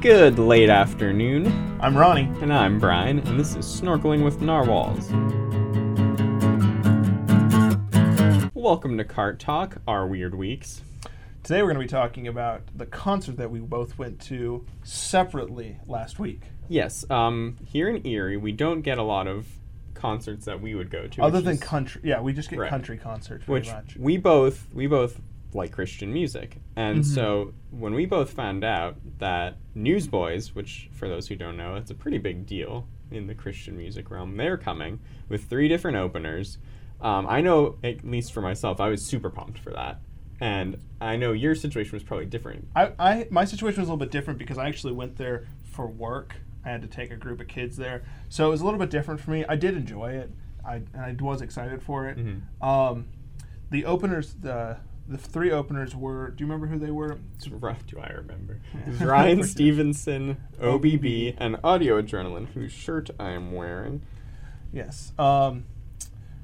Good late afternoon, I'm Ronnie. and I'm Brian, and this is Snorkeling with Narwhals. Welcome to Cart Talk, our weird weeks. Today we're going to be talking about the concert that we both went to separately last week. Yes, um, here in Erie, we don't get a lot of concerts that we would go to. Other which than is- country, yeah, we just get Right. country concerts pretty which much. we both we both like Christian music, and so when we both found out that Newsboys, which for those who don't know, it's a pretty big deal in the Christian music realm, they're coming with three different openers. Um, I know, at least for myself, I was super pumped for that, and I know your situation was probably different. I, I, my situation was a little bit different because I actually went there for work. I had to take a group of kids there, so it was a little bit different for me. I did enjoy it. I, and I was excited for it. Mm-hmm. Um, the openers, the the three openers were. Do you remember who they were? Ru- Do I remember? It was Yeah. Ryan Stevenson, OBB, and Audio Adrenaline, whose shirt I am wearing. Yes. Um,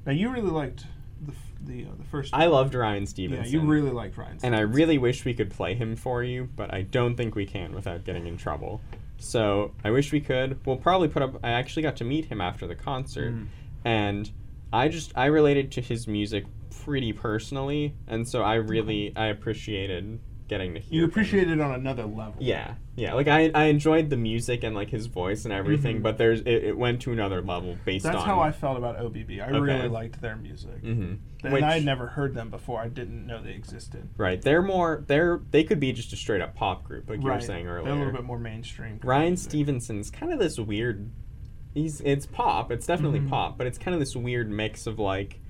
now you really liked the f- the uh, the first. I loved Ryan yeah, Stevenson. you really liked Ryan. And I really wish we could play him for you, but I don't think we can without getting in trouble. So I wish we could. We'll probably put up. I actually got to meet him after the concert, Mm. and I just I related to his music pretty personally, and so I really I appreciated getting to hear. You him. appreciate it on another level. Yeah, yeah. Like I I enjoyed the music and like his voice and everything, but there's it, it went to another level based Mm-hmm. That's on. how I felt about OBB. I Okay. really liked their music. hmm And I had never heard them before. I didn't know they existed. Right, they're more they're they could be just a straight up pop group like you were saying earlier. They're a little bit more mainstream. Ryan music. Stevenson's kind of this weird. He's it's pop. It's definitely Mhm. pop, but it's kind of this weird mix of like,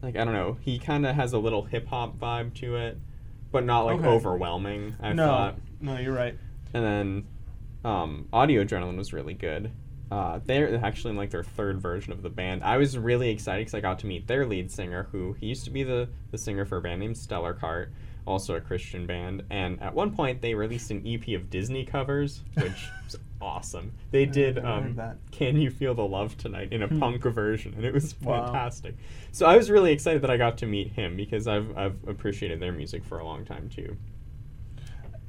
like I don't know. He kind of has a little hip hop vibe to it, but not like Okay. overwhelming. I no, thought. no, you're right. And then, um, Audio Adrenaline was really good. Uh, they're actually in like their third version of the band. I was really excited because I got to meet their lead singer, who he used to be the the singer for a band named Stellar Cart, also a Christian band. And at one point, they released an EP of Disney covers, which was awesome. They did I heard um, that. Hmm. "Can You Feel the Love Tonight" in a punk version, and it was Wow. fantastic. So I was really excited that I got to meet him because I've I've appreciated their music for a long time too.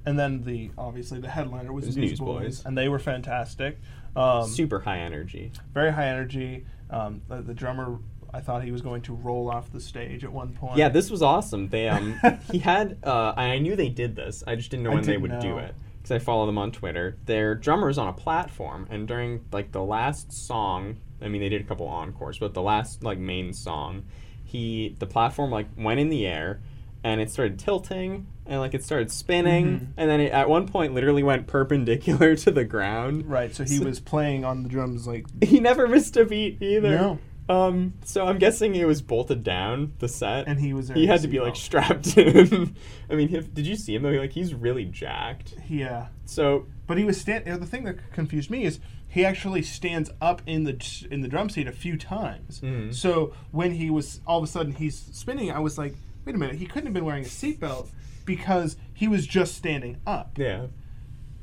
And then the obviously the headliner was, It was Newsboys, Newsboys. and they were fantastic. Um, Super high energy. very high energy. Um, the, the drummer, I thought he was going to roll off the stage at one point. Yeah, this was awesome. They um, he had uh, I knew they did this. I just didn't know I when they didn't would do know. it because I follow them on Twitter. Their drummer's on a platform, and during like the last song, I mean, they did a couple encores, but the last like main song, he the platform like went in the air, and it started tilting. And like it started spinning, Mm-hmm. and then it, at one point, literally went perpendicular to the ground. Right, so he was playing on the drums like He never missed a beat either. no, Um, so I'm guessing it was bolted down the set and he was. he in had to be like seatbelt. strapped in. I mean, if, did you see him though? Like he's really jacked. yeah. So uh, But he was stand. The thing that confused me is he actually stands up in the in the drum seat a few times. Mhm. So when he was all of a sudden he's spinning, I was like, wait a minute, he couldn't have been wearing a seatbelt because he was just standing up. yeah,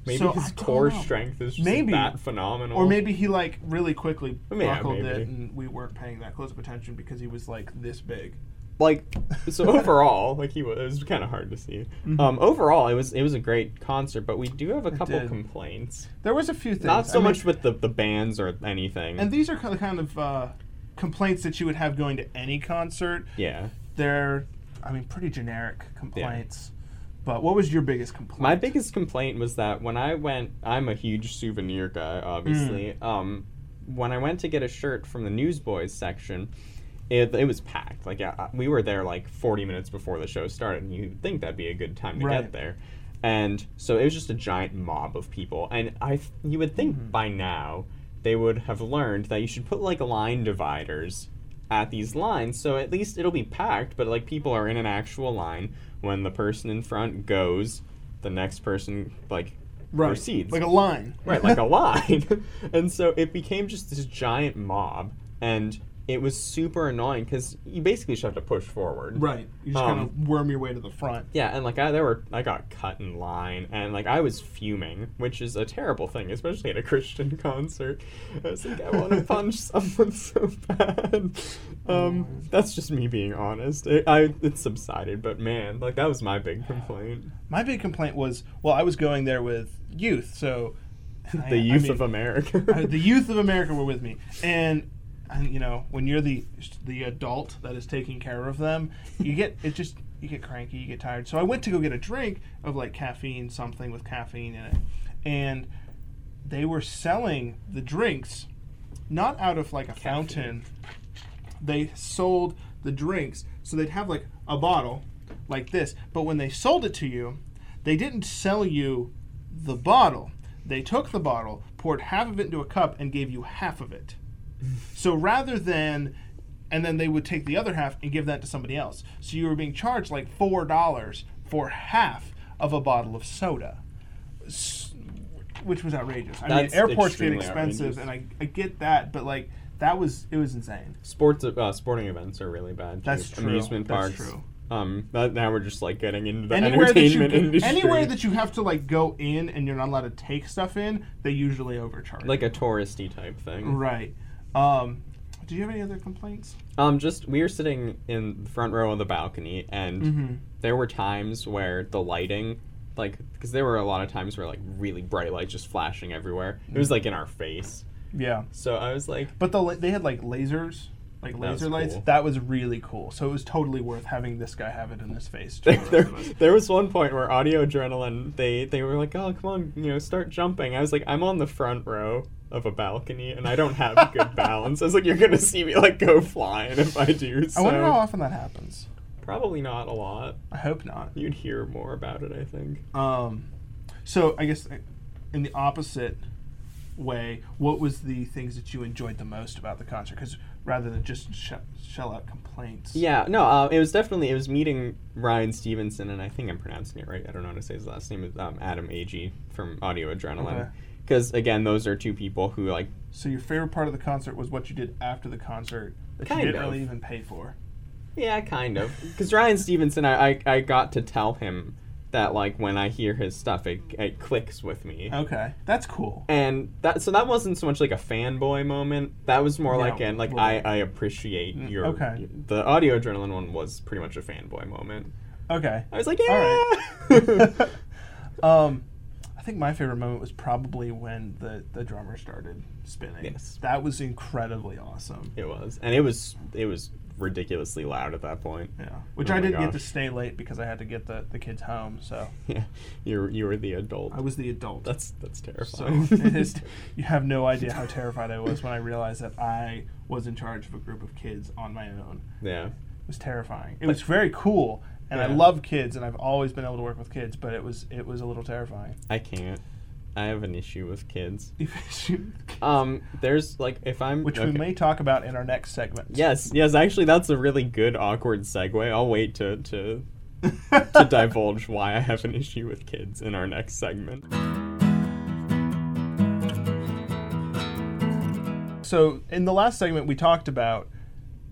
maybe So, I his don't core know. strength is just Maybe. that phenomenal. Or maybe he like really quickly I mean, yeah, buckled it, maybe. and we weren't paying that close of attention because he was like this big. like so overall, like he was, it was kind of hard to see. Mm-hmm. Um, overall, it was it was a great concert, but we do have a couple did. complaints. There was a few things. Not so I mean- much with the the bands or anything. And these are ki- kind of uh, complaints that you would have going to any concert. yeah. They're, I mean, pretty generic complaints. But what was your biggest complaint? My biggest complaint was that when I went, I'm a huge souvenir guy, obviously. Um, when I went to get a shirt from the Newsboys section, it, it was packed. Like I, I- we were there like 40 minutes before the show started, and you'd think that'd be a good time to get Right. there. And so it was just a giant mob of people, and I th- you would think by now they would have learned that you should put like line dividers at these lines so at least it'll be packed but like people are in an actual line when the person in front goes the next person like proceeds Like a line. right like a line and so it became just this giant mob and it was super annoying because you basically just have to push forward. Right. You just Um, kind of worm your way to the front. Yeah, and like I, there were, I got cut in line, and like I was fuming, which is a terrible thing, especially at a Christian concert. I was like, I want to punch someone so bad. Um, that's just me being honest. It, I it subsided, but man, like that was my big complaint. My big complaint was, well, I was going there with youth, so The youth of America. Uh, the youth of America were with me, and, and you know when you're the the adult that is taking care of them, you get it just you get cranky, you get tired. So I went to go get a drink of like caffeine something with caffeine in it, and they were selling the drinks not out of like a fountain. They sold the drinks, so they'd have like a bottle like this, but when they sold it to you, they didn't sell you the bottle. They took the bottle, poured half of it into a cup, and gave you half of it. So rather than, and then they would take the other half and give that to somebody else. So you were being charged like $4 for half of a bottle of soda, S- which was outrageous. I That's mean, airports get extremely expensive, outrageous. and I, I get that, but like, that was, it was insane. Sports, uh, sporting events are really bad. too. That's true. Amusement That's parks. true. Um, but now we're just like getting into the Anywhere that, you, entertainment get- industry. anywhere that you have to like go in and you're not allowed to take stuff in, they usually overcharge. like a touristy type thing. Right. Um, do you have any other complaints? Um, just we were sitting in the front row on the balcony, and Mm-hmm. there were times where the lighting, like, because there were a lot of times where like really bright lights just flashing everywhere. It was like in our face. Yeah. So I was like, But the, la- they had like lasers, like was laser lights. cool. That was really cool. So it was totally worth having this guy have it in his face. to the there, rest of us. there was one point where audio adrenaline they they were like oh come on you know start jumping i was like i'm on the front row of a balcony and i don't have good balance i was like you're gonna see me like go flying if i do so I wonder how often that happens. probably not a lot I hope not. you'd hear more about it i think Um, so I guess uh, in the opposite way, what was the things that you enjoyed the most about the concert? Because rather than just sh- shell out complaints. yeah no uh, it was definitely it was meeting ryan stevenson and i think i'm pronouncing it right i don't know how to say his last name is um, adam agee from audio Okay. adrenaline because again those are two people who like So your favorite part of the concert was what you did after the concert that Kind you didn't of. really even pay for. Yeah, kind of. Because Ryan Stevenson, I, I I got to tell him that like when I hear his stuff, it it clicks with me. Okay, that's cool. And that so that wasn't so much like a fanboy moment. That was more Yeah, like an like well- Mm, I, I appreciate your okay. the audio adrenaline one was pretty much a fanboy moment. Okay. I was like, All yeah. um, I think my favorite moment was probably when the, the drummer started spinning. Yes. That was incredibly awesome. it was, and it was it was ridiculously loud at that point. Yeah. Which Oh I my didn't get to gosh. stay late because I had to get the, the kids home. So Yeah, you you were the adult. I was the adult. that's that's so terrifying. it is, you have no idea how terrified I was when I realized that I was in charge of a group of kids on my own. yeah. It was terrifying. It was very cool. And I Yeah. love kids, and I've always been able to work with kids, but it was it was a little terrifying. I can't. I have an issue with kids. Um, there's like if I'm which we okay. may talk about in our next segment. Yes, yes. Actually, that's a really good awkward segue. I'll wait to to to divulge why I have an issue with kids in our next segment. So, in the last segment, we talked about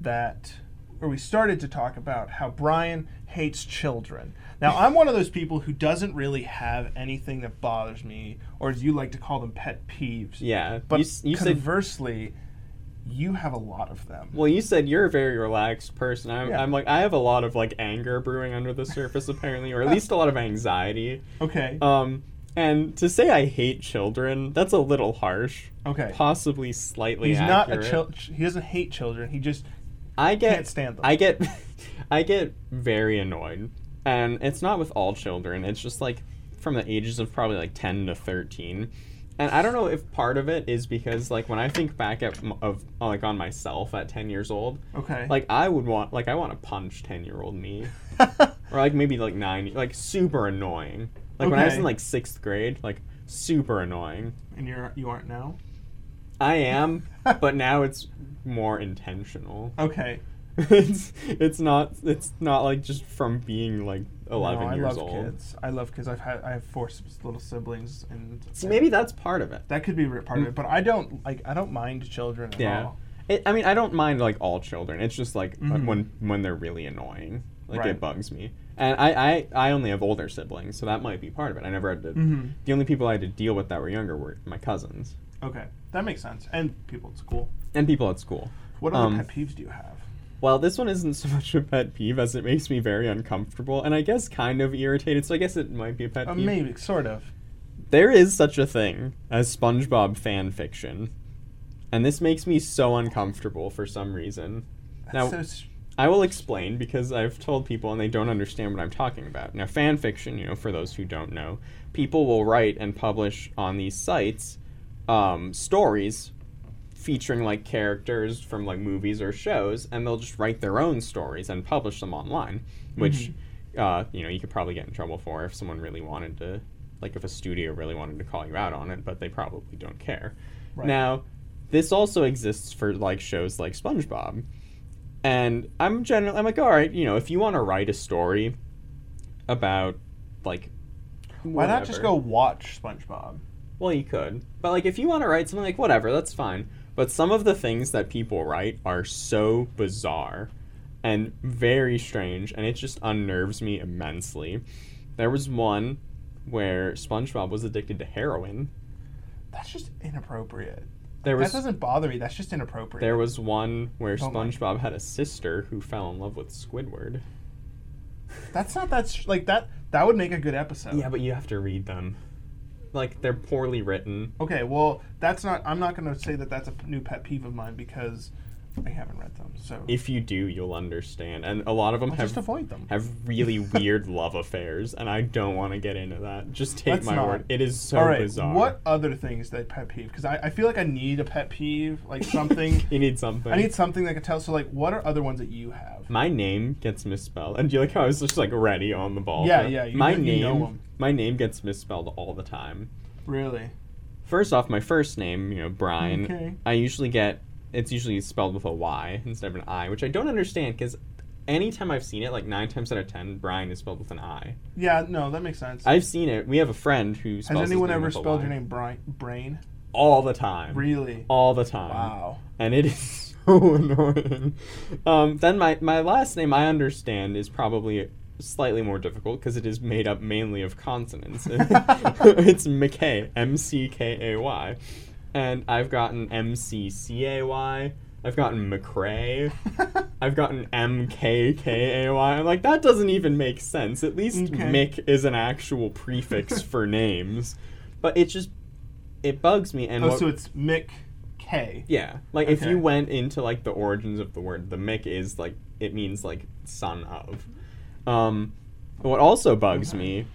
that, or we started to talk about how Brian hates children. Now, I'm one of those people who doesn't really have anything that bothers me, or as you like to call them, pet peeves. Yeah, But you, s- you said conversely, you have a lot of them. well. You said you're a very relaxed person. I'm, Yeah. I'm like I have a lot of like anger brewing under the surface apparently, or at least a lot of anxiety. Okay. Um, and to say I hate children, that's a little harsh. okay. Possibly slightly. He's not a accurate. child. He doesn't hate children. He just I get Can't stand them. I get I get very annoyed. And it's not with all children. It's just like from the ages of probably like 10 to 13. And I don't know if part of it is because like when I think back at m- of like on myself at 10 years old, okay. like I would want like I want to punch 10-year-old me or like maybe like 9 like super annoying. Like when I was Okay. in like 6th grade, like super annoying. and you're you aren't now. I am, but now it's more intentional. Okay. it's it's not it's not like just from being like 11 no, I years love old kids. I love kids. I've had I have four s- little siblings, and See, maybe that's part of it that could be re- part of it. But I don't like I don't mind children at Mm. Yeah. all. It, I mean, I don't mind like all children. It's just like uh, Mhm. when when they're really annoying, like Right. it bugs me. And I, I I only have older siblings, so that might be part of it. I never had to. Mhm. The only people I had to deal with that were younger were my cousins Okay, that makes sense. And people at school. and people at school. What other Um, pet peeves do you have? Well, this one isn't so much a pet peeve as it makes me very uncomfortable and I guess kind of irritated. So I guess it might be a pet Uh, peeve. maybe, sort of. There is such a thing as SpongeBob fan fiction, and this makes me so uncomfortable for some reason. That's Now- so s- I will explain because I've told people and they don't understand what I'm talking about. Now, fan fiction, you know, for those who don't know, people will write and publish on these sites um, stories featuring like characters from like movies or shows, and they'll just write their own stories and publish them online, which mm-hmm, uh, you know you could probably get in trouble for if someone really wanted to, like if a studio really wanted to call you out on it, but they probably don't care. Right. Now, this also exists for like shows like SpongeBob. And I'm generally I'm like, all right, you know, if you want to write a story about like why not just go whatever- watch SpongeBob? Well, you could. But like if you want to write something like whatever, that's fine. But some of the things that people write are so bizarre and very strange and it just unnerves me immensely. There was one where SpongeBob was addicted to heroin. That's just inappropriate. There was that doesn't bother me. That's just inappropriate. There was one where Don't like it. SpongeBob had a sister who fell in love with Squidward. That's not that sh- like that. That would make a good episode. Yeah, but you have to read them. Like they're poorly written. Okay, well, that's not. I'm not going to say that that's a p- new pet peeve of mine because I haven't read them. So If you do, you'll understand. And a lot of them I'll have just avoid them. have really weird love affairs, and I don't want to get into that. Just take Let's my not. word. It is so All right. bizarre. What other things that pet peeve? Because I, I feel like I need a pet peeve, like something. you need something. I need something that could tell. So, like, what are other ones that you have? my name gets misspelled, and do you like how I was just like ready on the ball? Yeah, for- yeah, you my know- name, you know 'em. my name gets misspelled all the time. Really? First off, my first name, you know, Brian. Okay. I usually get it's usually spelled with a Y instead of an I, which I don't understand because anytime I've seen it, like nine times out of ten, Brian is spelled with an I. Yeah. No, that makes sense. I've seen it. We have a friend who Has spells his anyone name ever with a spelled Y your name Brian? Brain? all the time, Really? all the time, Wow. and it is so annoying. Um, then my my last name I understand is probably slightly more difficult because it is made up mainly of consonants. it's McKay, M C K A Y, and I've gotten M C C A Y. I've gotten McCray. I've gotten M K K A Y. I'm like, that doesn't even make sense. At least Okay. Mick is an actual prefix for names. But it just it bugs me and oh, what- so it's Mick K. yeah. Like if Okay. you went into like the origins of the word, the Mick is like it means like son of. Um what also bugs me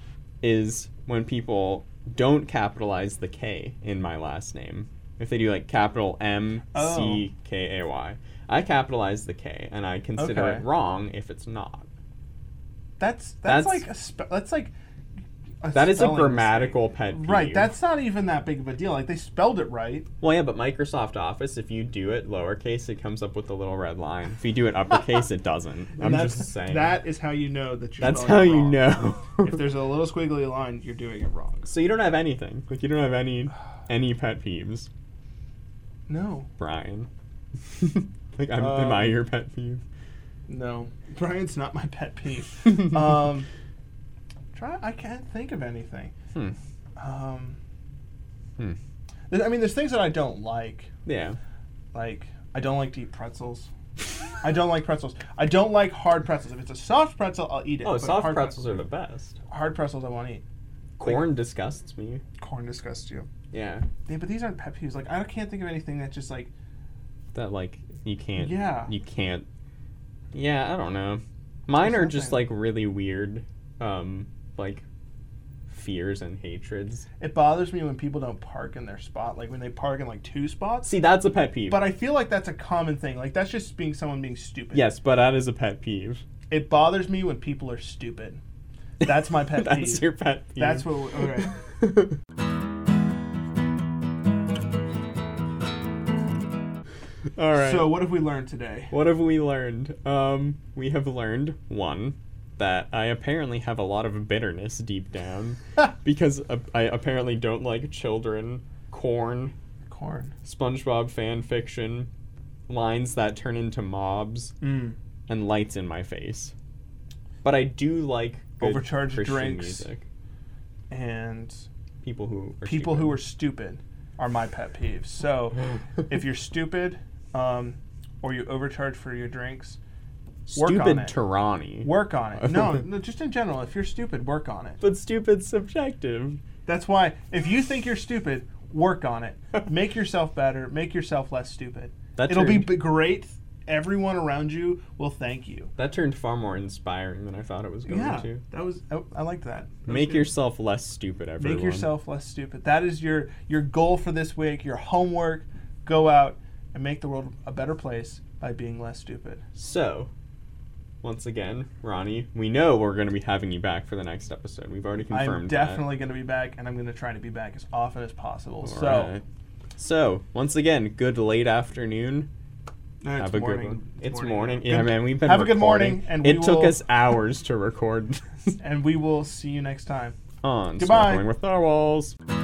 is when people don't capitalize the K in my last name. If they do like capital M Oh. C K A Y. I capitalize the K and I consider Okay. it wrong if it's not. That's That's- that's, like a spe- that's like a That is a spelling grammatical pet mistake. peeve. Right, that's not even that big of a deal. Like they spelled it right. Well, yeah, but Microsoft Office, if you do it lowercase, it comes up with a little red line. If you do it uppercase, it doesn't. and I'm that's- just saying. That is how you know that you're. That's how spelling it you wrong. know. if there's a little squiggly line, you're doing it wrong. so you don't have anything. Like you don't have any any pet peeves, No, Brian. like I'm, am I Um, your pet peeve? no, Brian's not my pet peeve. um, try. I can't think of anything. Hmm. Um, Hmm. there- I mean, there's things that I don't like. Yeah. Like I don't like to eat pretzels. I don't like pretzels. I don't like hard pretzels. If it's a soft pretzel, I'll eat it. Oh, but soft hard pretzels are the best. hard pretzels I won't eat. Corn disgusts me. Corn disgusts you. Yeah. Yeah, but these aren't pet peeves. Like I can't think of anything that's just like That like you can't. Yeah. You can't. Yeah, I don't know. Mine There's are just nothing. like really weird, um, like fears and hatreds. it bothers me when people don't park in their spot. Like when they park in like two spots. See, that's a pet peeve. But I feel like that's a common thing. Like that's just being someone being stupid. yes, but that is a pet peeve. It bothers me when people are stupid. That's my pet that's peeve. your pet peeve. That's what. we- Okay. All right. So what have we learned today? What have we learned? Um, we have learned one that I apparently have a lot of bitterness deep down because uh, I apparently don't like children, corn, Corn. SpongeBob fan fiction, lines that turn into mobs Mm. and lights in my face. But I do like good Overcharged Christian drinks. music. And People who are people who are stupid are my pet peeves. So stupid. if you're stupid um, or you overcharge for your drinks, work on stupid it. Tarani. work on it. No, no, just in general, if you're stupid, work on it. But stupid's subjective. That's why if you think you're stupid, work on it. Make yourself better, make yourself less stupid. That It'll be turned, b- great. Everyone around you will thank you. that turned far more inspiring than I thought it was going yeah, to. that was I, I like that. That was Make good. yourself less stupid, everyone. make yourself less stupid. That is your your goal for this week. Your homework: go out and make the world a better place by being less stupid. So, once again, Ronnie, we know we're going to be having you back for the next episode. We've already confirmed I'm that. definitely going to be back, and I'm going to try to be back as often as possible. All so right. So, once again, good late afternoon. No, Have a good one. It's morning. Yeah, Good- man, we've been Have a good recording. morning, and it we took will- us hours to record And we will see you next time. on Goodbye. Snorkeling with Narwhals.